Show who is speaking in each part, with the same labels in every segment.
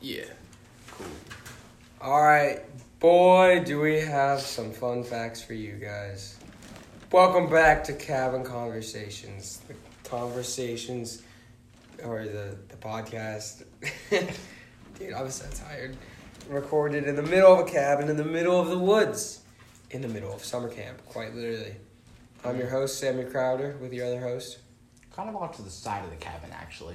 Speaker 1: Yeah.
Speaker 2: All right, boy, do we have some fun facts for you guys. Welcome back to Cabin Conversations. The conversations, or the, the podcast. Dude, I'm so tired. Recorded in the middle of a cabin, in the middle of the woods, in the middle of summer camp, quite literally. I'm your host, Sammy Crowder, with your other host.
Speaker 3: Kind of off to the side of the cabin, actually.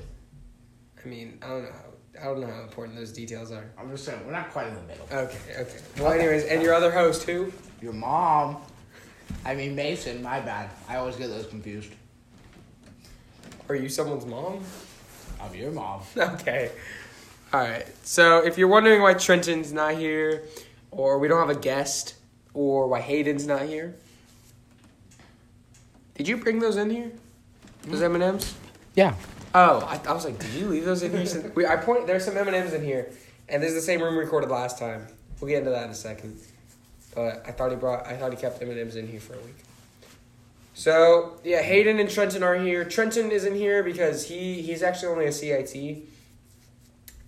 Speaker 2: I mean, I don't know how, I don't know how important those details are.
Speaker 3: I'm just saying, we're not quite in the middle.
Speaker 2: Okay, okay. Well, anyways, and your other host, who?
Speaker 3: Your mom. I mean, Mason, my bad. I always get those confused.
Speaker 2: Are you someone's mom?
Speaker 3: I'm your mom.
Speaker 2: Okay. All right. So if you're wondering why Trenton's not here, or we don't have a guest, or why Hayden's not here, did you bring those in here? Those M and M's?
Speaker 3: Yeah.
Speaker 2: Oh, I, I was like, did you leave those in here? Since- we, I point. There's some M and M's in here, and this is the same room we recorded last time. We'll get into that in a second. But I thought he brought. I thought he kept M and M's in here for a week. So yeah, Hayden and Trenton are here. Trenton isn't here because he he's actually only a CIT,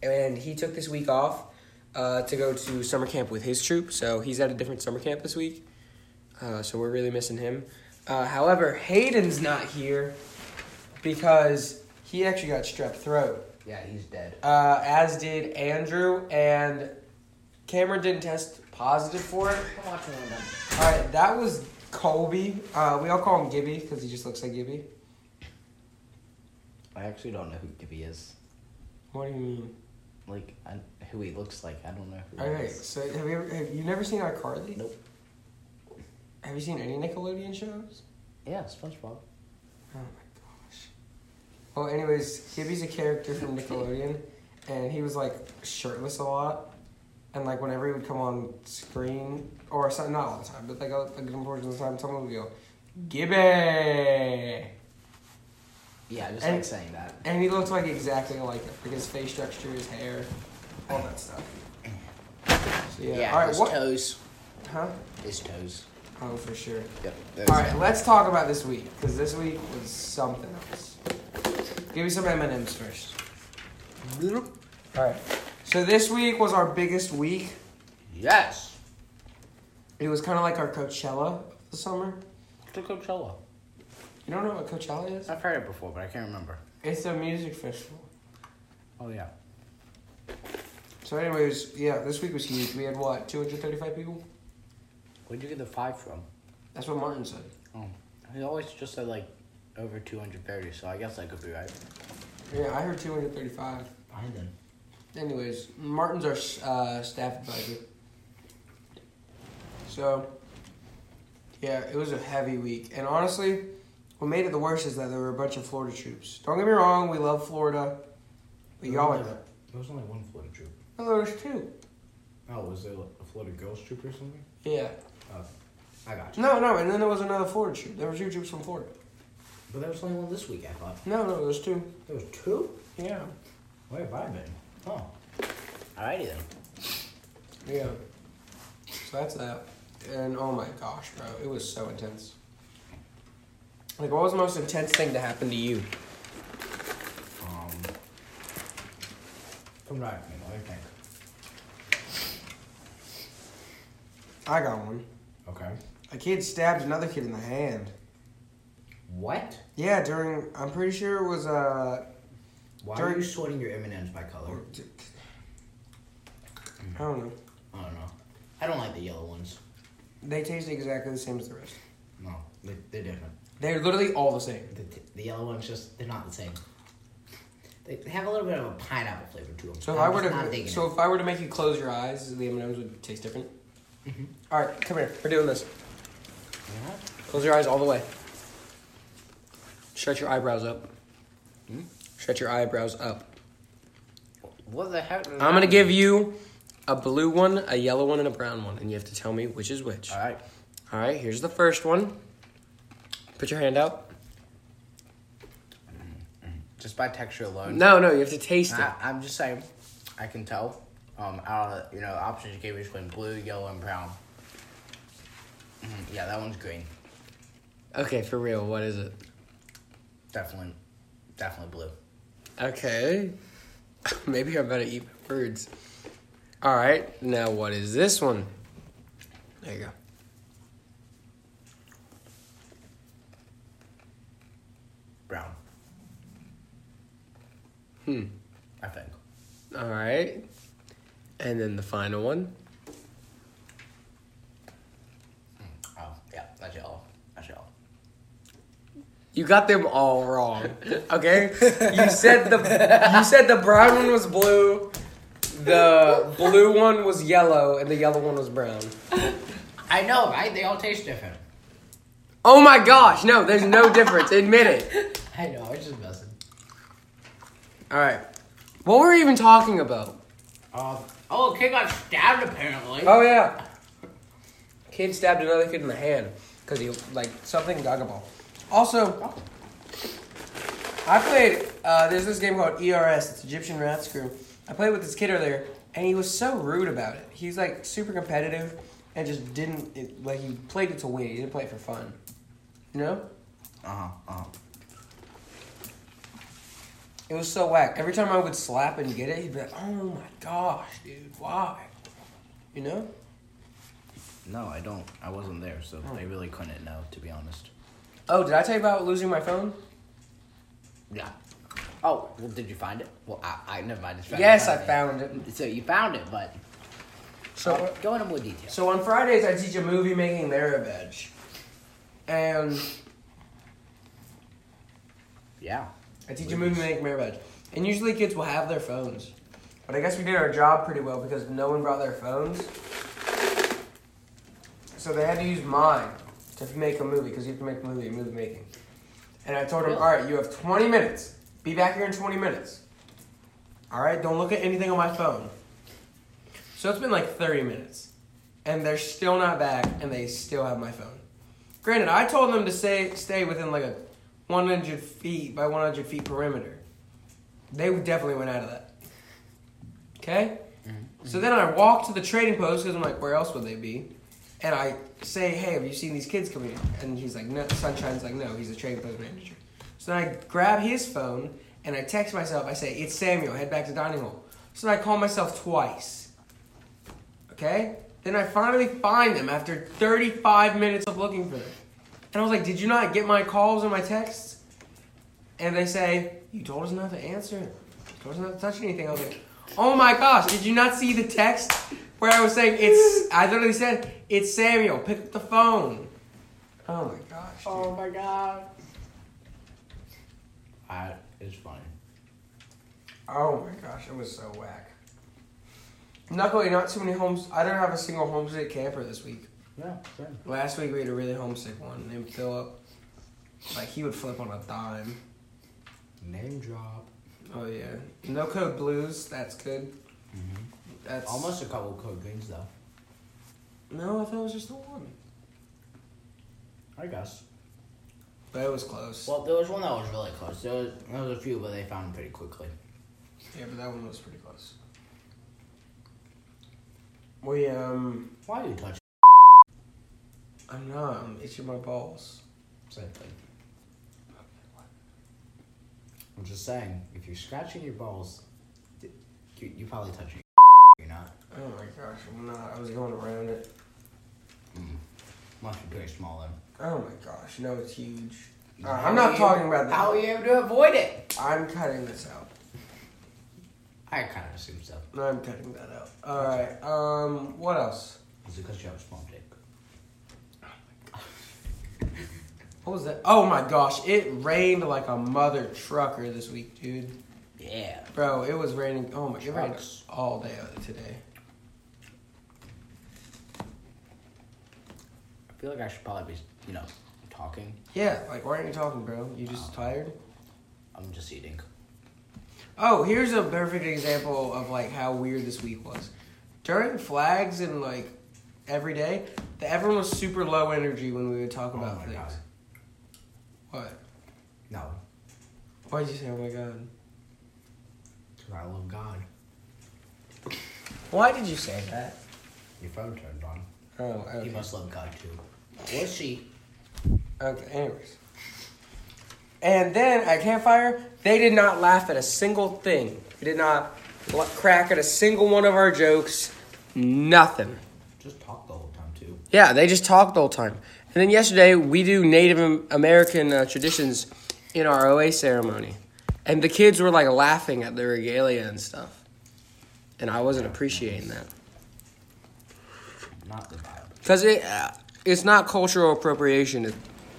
Speaker 2: and he took this week off uh, to go to summer camp with his troop. So he's at a different summer camp this week. Uh, so we're really missing him. Uh, however, Hayden's not here because he actually got strep throat.
Speaker 3: Yeah, he's dead.
Speaker 2: Uh, as did Andrew and Cameron didn't test positive for it.
Speaker 3: I'm watching one of them.
Speaker 2: All right, that was Colby. Uh, we all call him Gibby because he just looks like Gibby.
Speaker 3: I actually don't know who Gibby is.
Speaker 2: What do you mean?
Speaker 3: Like, I, who he looks like. I don't know who
Speaker 2: All
Speaker 3: he
Speaker 2: right,
Speaker 3: is.
Speaker 2: so have you ever, have you never seen iCarly?
Speaker 3: Nope.
Speaker 2: Have you seen any Nickelodeon shows?
Speaker 3: Yeah, SpongeBob.
Speaker 2: Oh my gosh. Well, anyways, Gibby's a character from Nickelodeon, and he was like shirtless a lot, and like whenever he would come on screen or some, not all the time, but like a, a good portion of the time, someone would go, Gibby.
Speaker 3: Yeah, I just
Speaker 2: And-
Speaker 3: like saying that.
Speaker 2: And he looked like exactly like him, like his face structure, his hair, all that stuff. So, yeah. all right.
Speaker 3: his
Speaker 2: What?
Speaker 3: toes.
Speaker 2: huh?
Speaker 3: His toes.
Speaker 2: Oh, for sure.
Speaker 3: Yep.
Speaker 2: All right. Let's talk about this week because this week was something else. Give me some M and M's first. All right. So this week was our biggest week.
Speaker 3: Yes.
Speaker 2: It was kind of like our Coachella of the summer.
Speaker 3: To Coachella.
Speaker 2: You don't know what Coachella is?
Speaker 3: I've heard it before, but I can't remember.
Speaker 2: It's a music festival.
Speaker 3: Oh, yeah.
Speaker 2: So, anyways, yeah, this week was huge. We had what, 235 people?
Speaker 3: Where'd you get the five from?
Speaker 2: That's what Martin said.
Speaker 3: Oh, he always just said like over 230, so I guess I could be right.
Speaker 2: Yeah, I heard 235.
Speaker 3: I then.
Speaker 2: Anyways, Martin's our uh, staff advisor. So, yeah, it was a heavy week. And honestly, what made it the worst is that there were a bunch of Florida troops. Don't get me wrong, we love Florida. But y'all are.
Speaker 3: There was only one floated troop.
Speaker 2: Oh, there was two.
Speaker 3: Oh, was there a floated girls troop or something?
Speaker 2: Yeah.
Speaker 3: Oh, I got
Speaker 2: No, no, and then there was another Florida troop. There were two troops from Florida.
Speaker 3: But there was only one this week, I thought.
Speaker 2: No, no, there's two.
Speaker 3: There was two?
Speaker 2: Yeah.
Speaker 3: Where have I been? Oh. Alrighty then.
Speaker 2: Yeah. So that's that. And oh my gosh, bro, it was so intense. Like, what was the most intense thing to happen to you?
Speaker 3: Um. Come right, man. What do you think?
Speaker 2: I got one.
Speaker 3: Okay.
Speaker 2: A kid stabbed another kid in the hand.
Speaker 3: What?
Speaker 2: Yeah, during I'm pretty sure it was uh
Speaker 3: Why
Speaker 2: During-
Speaker 3: are you sorting your M&Ms by color?
Speaker 2: I don't know.
Speaker 3: I don't know. I don't like the yellow ones.
Speaker 2: They taste exactly the same as the rest.
Speaker 3: No, they, they're different.
Speaker 2: They're literally all the same.
Speaker 3: The, the yellow ones just they're not the same. They, they have a little bit of a pineapple flavor to them.
Speaker 2: So if
Speaker 3: I'm
Speaker 2: i
Speaker 3: just
Speaker 2: were
Speaker 3: not digging
Speaker 2: to
Speaker 3: it.
Speaker 2: so if I were to make you close your eyes, the M and M's would taste different.
Speaker 3: Mm-hmm.
Speaker 2: All right, come here. We're doing this.
Speaker 3: Yeah.
Speaker 2: Close your eyes all the way. Stretch your eyebrows up.
Speaker 3: Hmm?
Speaker 2: Stretch your eyebrows up.
Speaker 3: what the heck?
Speaker 2: I'm gonna give you a blue one, a yellow one, and a brown one, and you have to tell me which is which.
Speaker 3: All right.
Speaker 2: All right, here's the first one. Put your hand out.
Speaker 3: Just by texture alone.
Speaker 2: No, no, you have to taste it.
Speaker 3: I, I'm just saying, I can tell. Um, out of the- you know the options you gave me between blue, yellow, and brown. Mhm, yeah, that one's green.
Speaker 2: Okay, for real, what is it?
Speaker 3: Definitely, definitely blue.
Speaker 2: Okay. Maybe I better eat my words. All right, now what is this one? There you go.
Speaker 3: Brown.
Speaker 2: Hmm.
Speaker 3: I think.
Speaker 2: All right. And then the final one.
Speaker 3: Oh yeah, that's yellow. That's yellow.
Speaker 2: You got them all wrong. Okay? you said the you said the brown one was blue, the blue one was yellow, and the yellow one was brown.
Speaker 3: I know, right? They all taste different.
Speaker 2: Oh my gosh, no, there's no difference. Admit it.
Speaker 3: I know. I was just messing.
Speaker 2: All right. What were we even talking about?
Speaker 3: Oh, oh, kid got stabbed apparently.
Speaker 2: Oh yeah. Kid stabbed another kid in the hand because he like something doggable. Also, I played. Uh, there's this game called ERS. It's Egyptian Rat Screw. I played with this kid earlier, and he was so rude about it. He's like super competitive, and just didn't it, like he played it to win. He didn't play it for fun. You know,
Speaker 3: Uh huh. Uh huh.
Speaker 2: it was so whack. Every time I would slap and get it, he'd be like, "Oh my gosh, dude, why?" You know.
Speaker 3: No, I don't. I wasn't there, so they really couldn't know, to be honest.
Speaker 2: Oh, did I tell you about losing my phone?
Speaker 3: Yeah. Oh, well, did you find it? Well, I, I never mind. It's
Speaker 2: Yes, I found it.
Speaker 3: it. So you found it, but
Speaker 2: So
Speaker 3: go into more detail.
Speaker 2: So on Fridays, I teach a movie making Larabedge. And
Speaker 3: Yeah.
Speaker 2: I teach a movie making Larabedge. And usually kids will have their phones. But I guess we did our job pretty well because no one brought their phones. So they had to use mine to make a movie because you have to make a movie in movie making. And I told them,
Speaker 3: Really?
Speaker 2: all right, you have 20 minutes. Be back here in 20 minutes. All right, don't look at anything on my phone. So it's been like 30 minutes. And they're still not back and they still have my phone. Granted, I told them to stay, stay within like a 100 feet by 100 feet perimeter. They definitely went out of that. Okay? So then I walk to the trading post because I'm like, where else would they be? And I say, hey, have you seen these kids coming in? And he's like, no. Sunshine's like, no, he's a trading post manager. So then I grab his phone and I text myself. I say, it's Samuel, head back to dining hall. So then I call myself twice. Okay? Then I finally find them after 35 minutes of looking for them. And I was like, did you not get my calls and my texts? And they say, you told us not to answer. You told us not to touch anything. I was like, oh my gosh, did you not see the text where I was saying, it's, I literally said, it's Samuel, pick up the phone. Oh my gosh. dude.
Speaker 3: my god. I, it's funny.
Speaker 2: Oh my gosh, it was so whack. Luckily, not too many homes. I don't have a single homesick camper this week.
Speaker 3: Yeah, sure.
Speaker 2: Last week we had a really homesick one named Philip. Like he would flip on a dime.
Speaker 3: Name drop.
Speaker 2: Oh yeah, no code blues. That's good. That's
Speaker 3: Mm-hmm. Almost a couple code greens though.
Speaker 2: No, I thought it was just the one,
Speaker 3: I guess.
Speaker 2: but it was close.
Speaker 3: Well, there was one that was really close. There was, there was a few, but they found pretty quickly.
Speaker 2: yeah, but that one was pretty close. We um,
Speaker 3: Why do you touch?
Speaker 2: I'm not. I'm itching my balls.
Speaker 3: Same thing. I'm just saying, if you're scratching your balls, th- you, you probably touching. You're not.
Speaker 2: Oh my gosh, I'm not. I was going around it. Mm-hmm.
Speaker 3: Must be pretty small then.
Speaker 2: Oh my gosh, no, it's huge. All right, Uh, I'm not talking about that.
Speaker 3: How are you able to avoid it?
Speaker 2: I'm cutting this out.
Speaker 3: I kind of assume so.
Speaker 2: I'm cutting that out. All right. Um, what else?
Speaker 3: Is it because you have a small dick?
Speaker 2: What was that? Oh my gosh, it rained like a mother trucker this week, dude.
Speaker 3: Yeah.
Speaker 2: Bro, it was raining. Oh my, it rained
Speaker 3: Trucks.
Speaker 2: all day today.
Speaker 3: I feel like I should probably be, you know, talking.
Speaker 2: Yeah, like why aren't you talking, bro? You just tired?
Speaker 3: I'm just eating.
Speaker 2: Oh, here's a perfect example of like how weird this week was. During flags and like every day, the, everyone was super low energy when we would talk about things. What?
Speaker 3: No,
Speaker 2: Why'd you say? Oh my god.
Speaker 3: because I love God.
Speaker 2: Why did you say that?
Speaker 3: Your phone turned on.
Speaker 2: Oh, okay.
Speaker 3: You must love God too. Or she.
Speaker 2: Okay, anyways. And then at campfire, they did not laugh at a single thing. They did not la- crack at a single one of our jokes. Nothing.
Speaker 3: Just talk the whole time too.
Speaker 2: Yeah, they just talked the whole time. And then yesterday, we do Native Am- American uh, traditions in our OA ceremony. And the kids were like laughing at the regalia and stuff. And I wasn't appreciating that.
Speaker 3: Not the vibe.
Speaker 2: Because it, uh, it's not cultural appropriation. It,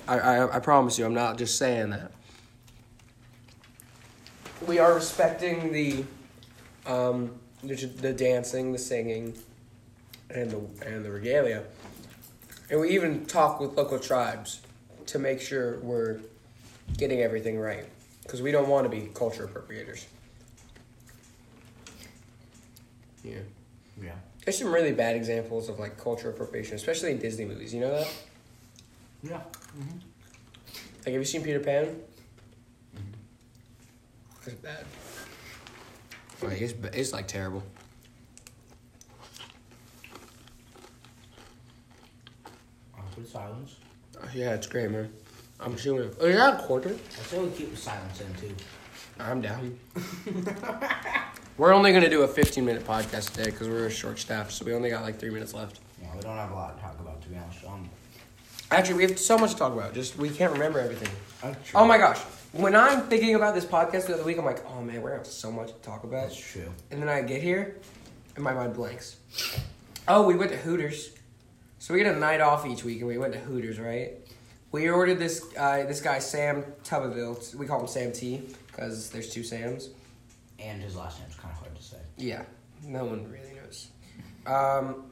Speaker 2: I, I, I promise you, I'm not just saying that. We are respecting the, um, the, the dancing, the singing, and the and the regalia, and we even talk with local tribes to make sure we're getting everything right because we don't want to be culture appropriators. Yeah.
Speaker 3: Yeah.
Speaker 2: There's some really bad examples of like culture appropriation, especially in Disney movies. You know that?
Speaker 3: Yeah.
Speaker 2: Like, have you seen Peter Pan? It's bad. Like, it's, ba- it's like terrible.
Speaker 3: Awkward silence.
Speaker 2: Oh, yeah, it's great, man. I'm chewing. Oh, is that a quarter?
Speaker 3: I say we keep the silence in too.
Speaker 2: I'm down. we're only gonna do a 15 minute podcast today because we're short staffed, so we only got like three minutes left.
Speaker 3: Yeah, we don't have a lot to talk about to be honest. Um,
Speaker 2: Actually, we have so much to talk about. Just we can't remember everything.
Speaker 3: that's true.
Speaker 2: Oh my gosh! When I'm thinking about this podcast the other week, I'm like, oh man, we're gonna have so much to talk about.
Speaker 3: That's true.
Speaker 2: And then I get here, and my mind blanks. Oh, we went to Hooters. So we get a night off each week, and we went to Hooters, right? We ordered this uh, this guy Sam Tuberville. We call him Sam T because there's two Sams.
Speaker 3: And his last name's kind of hard to say.
Speaker 2: Yeah, no one really knows. Um,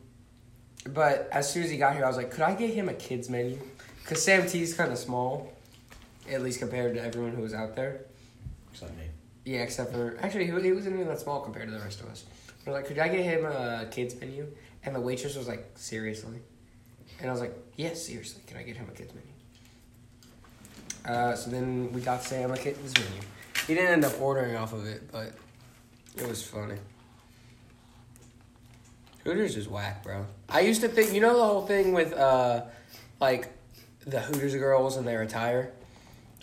Speaker 2: but as soon as he got here, I was like, could I get him a kids menu? Because Sam T's kind of small, at least compared to everyone who was out there.
Speaker 3: Except me.
Speaker 2: Yeah, except for actually, he, he wasn't even that small compared to the rest of us. We're like, could I get him a kids menu? And the waitress was like, seriously? And I was like, yes, seriously. Can I get him a kids menu? Uh, so then we got Sam a kids menu. He didn't end up ordering off of it, but it was funny. Hooters is whack, bro. I used to think, you know, the whole thing with uh, like the Hooters girls and their attire.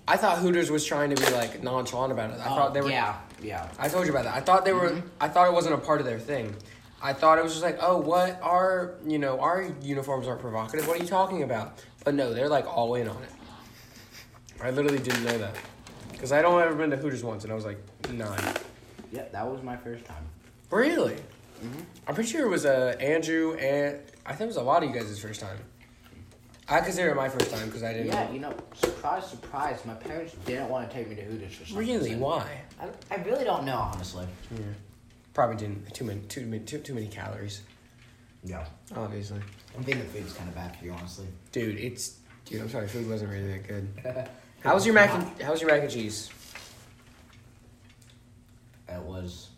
Speaker 2: I thought Hooters was trying to be like nonchalant about it. I thought they were
Speaker 3: Oh, Yeah. Yeah.
Speaker 2: I told you about that. I thought they were. I thought it wasn't a part of their thing. I thought it was just like, oh, what our you know our uniforms aren't provocative. What are you talking about? But no, they're like all in on it. I literally didn't know that because I don't ever been to Hooters once, and I was like nine.
Speaker 3: Yeah. That was my first time.
Speaker 2: Really? I'm pretty sure it was uh, Andrew and I think it was a lot of you guys' first time. I consider it my first time because I didn't.
Speaker 3: Yeah. You know, surprise, surprise. My parents didn't want to take me to Hooters for some
Speaker 2: Really?
Speaker 3: reason.
Speaker 2: Why?
Speaker 3: I, I really don't know, honestly.
Speaker 2: Probably didn't. Too many. Too many. Too, too many calories.
Speaker 3: Yeah.
Speaker 2: Obviously.
Speaker 3: I'm thinking food's kind of bad for you, honestly.
Speaker 2: Dude, it's dude. I'm sorry, food wasn't really that good. How was your mac? And, how was your mac and cheese?
Speaker 3: It was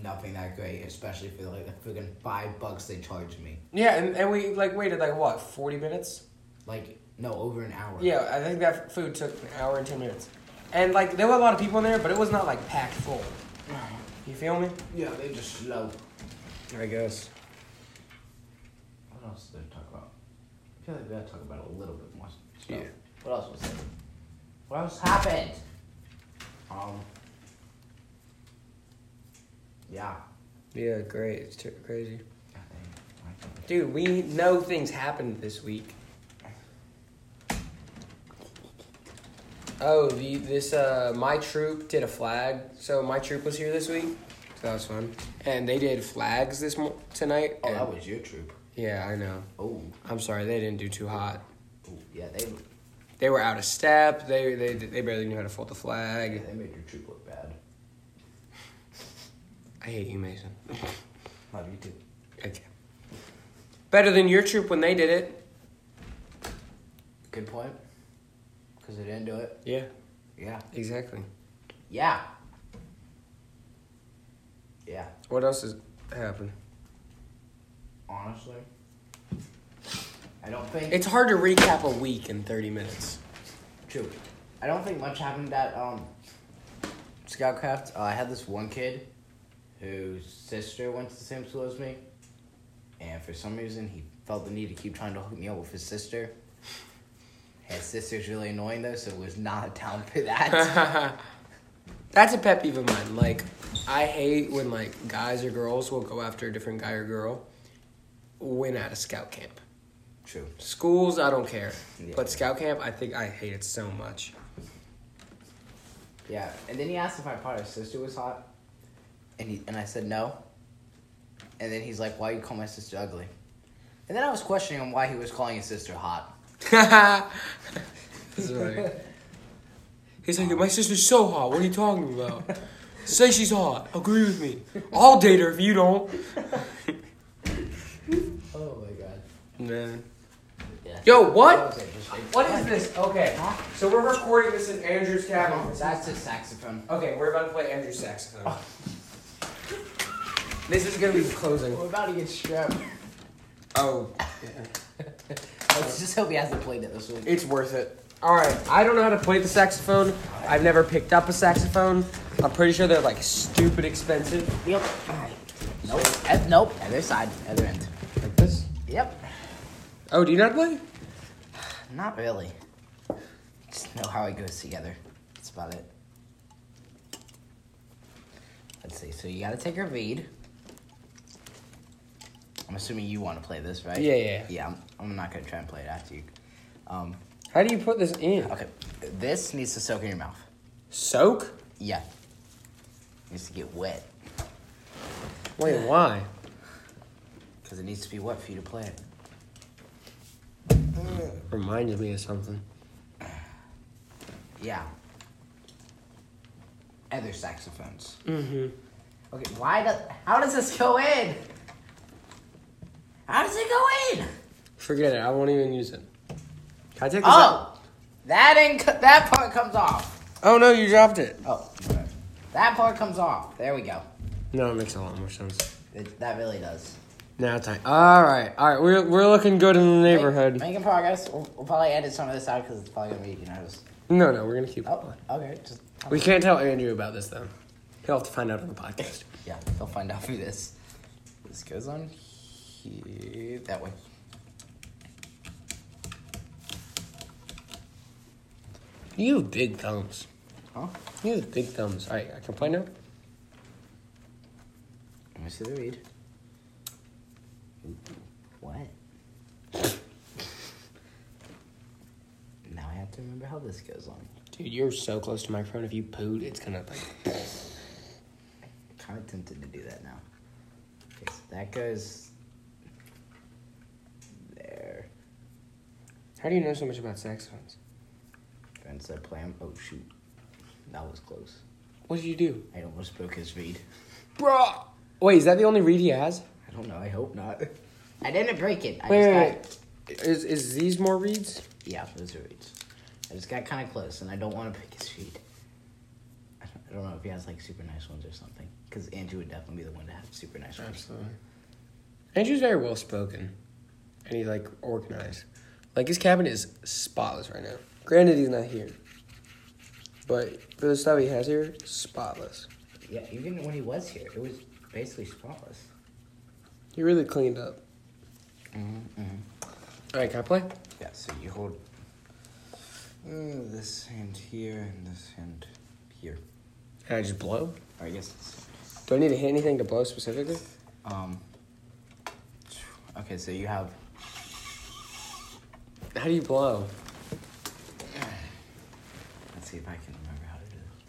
Speaker 3: nothing that great, especially for like the freaking five bucks they charged me.
Speaker 2: Yeah, and, and we like waited like what forty minutes.
Speaker 3: Like, no, over an hour.
Speaker 2: Yeah, I think that food took an hour and ten minutes, and like there were a lot of people in there, but it was not like packed full. You feel me?
Speaker 3: Yeah, they just slow.
Speaker 2: I guess.
Speaker 3: What else did they talk about? I feel like we gotta talk about it a little bit more. stuff.
Speaker 2: Yeah.
Speaker 3: What else was there? What else happened? Um. Yeah.
Speaker 2: Yeah, great. It's too crazy,
Speaker 3: I think. I think.
Speaker 2: dude. We know things happened this week. Oh, the this uh my troop did a flag. So my troop was here this week. So that was fun. And they did flags this mo- tonight.
Speaker 3: Oh,
Speaker 2: and-
Speaker 3: that was your troop.
Speaker 2: Yeah, I know.
Speaker 3: Oh.
Speaker 2: I'm sorry, they didn't do too hot.
Speaker 3: oh yeah, they
Speaker 2: They were out of step. They they they barely knew how to fold the
Speaker 3: yeah,
Speaker 2: flag.
Speaker 3: they made your troop look bad.
Speaker 2: I hate you, Mason.
Speaker 3: How do you do?
Speaker 2: Okay. Better than your troop when they did it.
Speaker 3: Good point. Because they didn't do it.
Speaker 2: Yeah,
Speaker 3: Yeah.
Speaker 2: exactly.
Speaker 3: Yeah. Yeah.
Speaker 2: What else has happened?
Speaker 3: Honestly, I don't think
Speaker 2: It's hard to recap a week in 30 minutes.
Speaker 3: True. I don't think much happened at um, Scoutcraft. Uh, I had this one kid whose sister went to the same school as me, and for some reason he felt the need to keep trying to hook me up with his sister. His sister's really annoying though, so was not down for that.
Speaker 2: That's a pet peeve of mine. Like, I hate when like guys or girls will go after a different guy or girl when at a scout camp.
Speaker 3: True.
Speaker 2: Schools, I don't care,
Speaker 3: Yeah.
Speaker 2: but scout camp, I think I hate it so much.
Speaker 3: Yeah, and then he asked if I thought his sister was hot, and he and I said no. And then he's like, "Why you call my sister ugly?" And then I was questioning him why he was calling his sister hot.
Speaker 2: That's right. He's like, my sister's so hot. What are you talking about? Say she's hot. Agree with me. I'll date her if you don't.
Speaker 3: Oh my god.
Speaker 2: Man.
Speaker 3: Yeah.
Speaker 2: Yo, what?
Speaker 3: That was interesting.
Speaker 2: What is this? Okay, so we're recording this in Andrew's cabin.
Speaker 3: That's a saxophone.
Speaker 2: Okay, we're about to play Andrew's saxophone. This is gonna be closing.
Speaker 3: We're about to get strapped.
Speaker 2: Oh,
Speaker 3: Let's just hope he hasn't played it this week.
Speaker 2: it's worth it. All right, I don't know how to play the saxophone. I've never picked up a saxophone. I'm pretty sure they're like stupid expensive.
Speaker 3: Yep. Nope. Eh, Nope. Other side. Other end.
Speaker 2: Like this.
Speaker 3: Yep.
Speaker 2: Oh, do you not play?
Speaker 3: Not really. Just know how it goes together. That's about it. Let's see. So you gotta take your read. I'm assuming you want to play this, right?
Speaker 2: Yeah, yeah.
Speaker 3: Yeah. I'm, I'm not gonna try and play it after you. Um,
Speaker 2: How do you put this in?
Speaker 3: okay. This needs to soak in your mouth.
Speaker 2: Soak?
Speaker 3: Yeah. needs to get wet
Speaker 2: Wait, why?
Speaker 3: because it needs to be wet for you to play it.
Speaker 2: Reminded me of something.
Speaker 3: Yeah. Other saxophones.
Speaker 2: Mm-hmm.
Speaker 3: Okay, why does how does this go in? How does it go in?
Speaker 2: Forget it. I won't even use it. Can I take this out?
Speaker 3: Oh, that ain't co- that part comes off.
Speaker 2: Oh no, you dropped it.
Speaker 3: Oh, okay. that part comes off. There we go.
Speaker 2: No, it makes a lot more sense.
Speaker 3: It, that really does.
Speaker 2: Now it's like, all right, all right, we're, we're looking good in the neighborhood.
Speaker 3: Make- making progress. We'll, we'll probably edit some of this out because it's probably gonna be you know just
Speaker 2: No, no, we're gonna keep.
Speaker 3: oh okay just
Speaker 2: We can't tell Andrew about this though. He'll have to find out on the podcast.
Speaker 3: yeah they'll find out through this. This goes on here that way.
Speaker 2: You have big thumbs.
Speaker 3: Huh?
Speaker 2: You have big thumbs. All right, I can play now.
Speaker 3: Let me see the read. Ooh, What? now I have to remember how this goes on.
Speaker 2: Dude, you're so close to the microphone. If you pooed, it's gonna like.
Speaker 3: Kind of tempted to do that now. Okay, so that goes there.
Speaker 2: How do you know so much about saxophones?
Speaker 3: Friend said play him. Oh shoot, that was close.
Speaker 2: What did you do,
Speaker 3: I almost broke his read.
Speaker 2: bro? Wait, is that the only read he has?
Speaker 3: I don't know. I hope not. I didn't break it. I
Speaker 2: Wait,
Speaker 3: just
Speaker 2: wait,
Speaker 3: got
Speaker 2: wait. Is is these more reads?
Speaker 3: Yeah, those are reads. I just got kind of close, and I don't want to pick his feet. I don't, I don't know if he has like super nice ones or something, because Andrew would definitely be the one to have super nice ones.
Speaker 2: Andrew's very well spoken, and he's like organized. Like his cabinet is spotless right now. Granted, he's not here, but for the stuff he has here, spotless.
Speaker 3: Yeah, even when he was here, it was basically spotless.
Speaker 2: He really cleaned up. All right, can I play?
Speaker 3: Mm-hmm, Yeah, so you hold uh, this hand here and this hand here.
Speaker 2: Can I just blow?
Speaker 3: Or I guess it's,
Speaker 2: Do I need to hit anything to blow specifically?
Speaker 3: um. Okay, so you have
Speaker 2: How do you blow?
Speaker 3: Let's see if I can remember how to do this.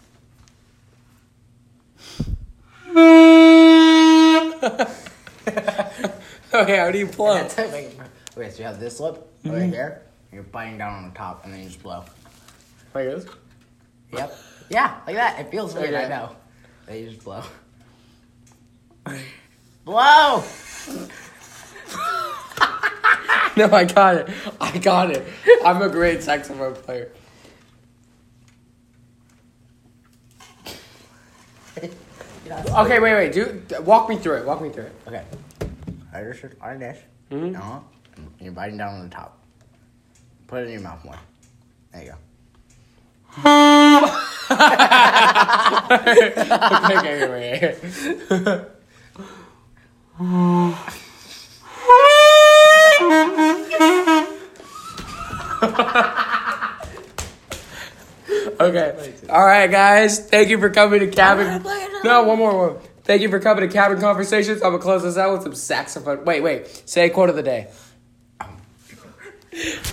Speaker 2: okay, how do you blow?
Speaker 3: That's how I make- Okay, so you have this lip right here. and You're biting down on the top, and then you just blow.
Speaker 2: Like this?
Speaker 3: Yep. Yeah, like that. It feels weird.
Speaker 2: Okay.
Speaker 3: I know. They just blow. blow.
Speaker 2: No, I got it. I got it. I'm a great saxophone player. Okay, wait, wait. Do walk me through it. Walk me through it.
Speaker 3: Okay. I just took our dish.
Speaker 2: Mhm.
Speaker 3: Uh-huh. And you're biting down on the top. Put it in your mouth more. There you go.
Speaker 2: okay, okay, wait, wait. All right, guys. Thank you for coming to
Speaker 3: I'm
Speaker 2: Cabin.
Speaker 3: gonna play another
Speaker 2: No, one more one. Thank you for coming to Cabin Conversations. I'm gonna close this out with some saxophone. Wait, wait. Say a quote of the day.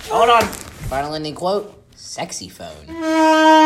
Speaker 2: Hold on.
Speaker 3: Final ending quote: "Sexy phone."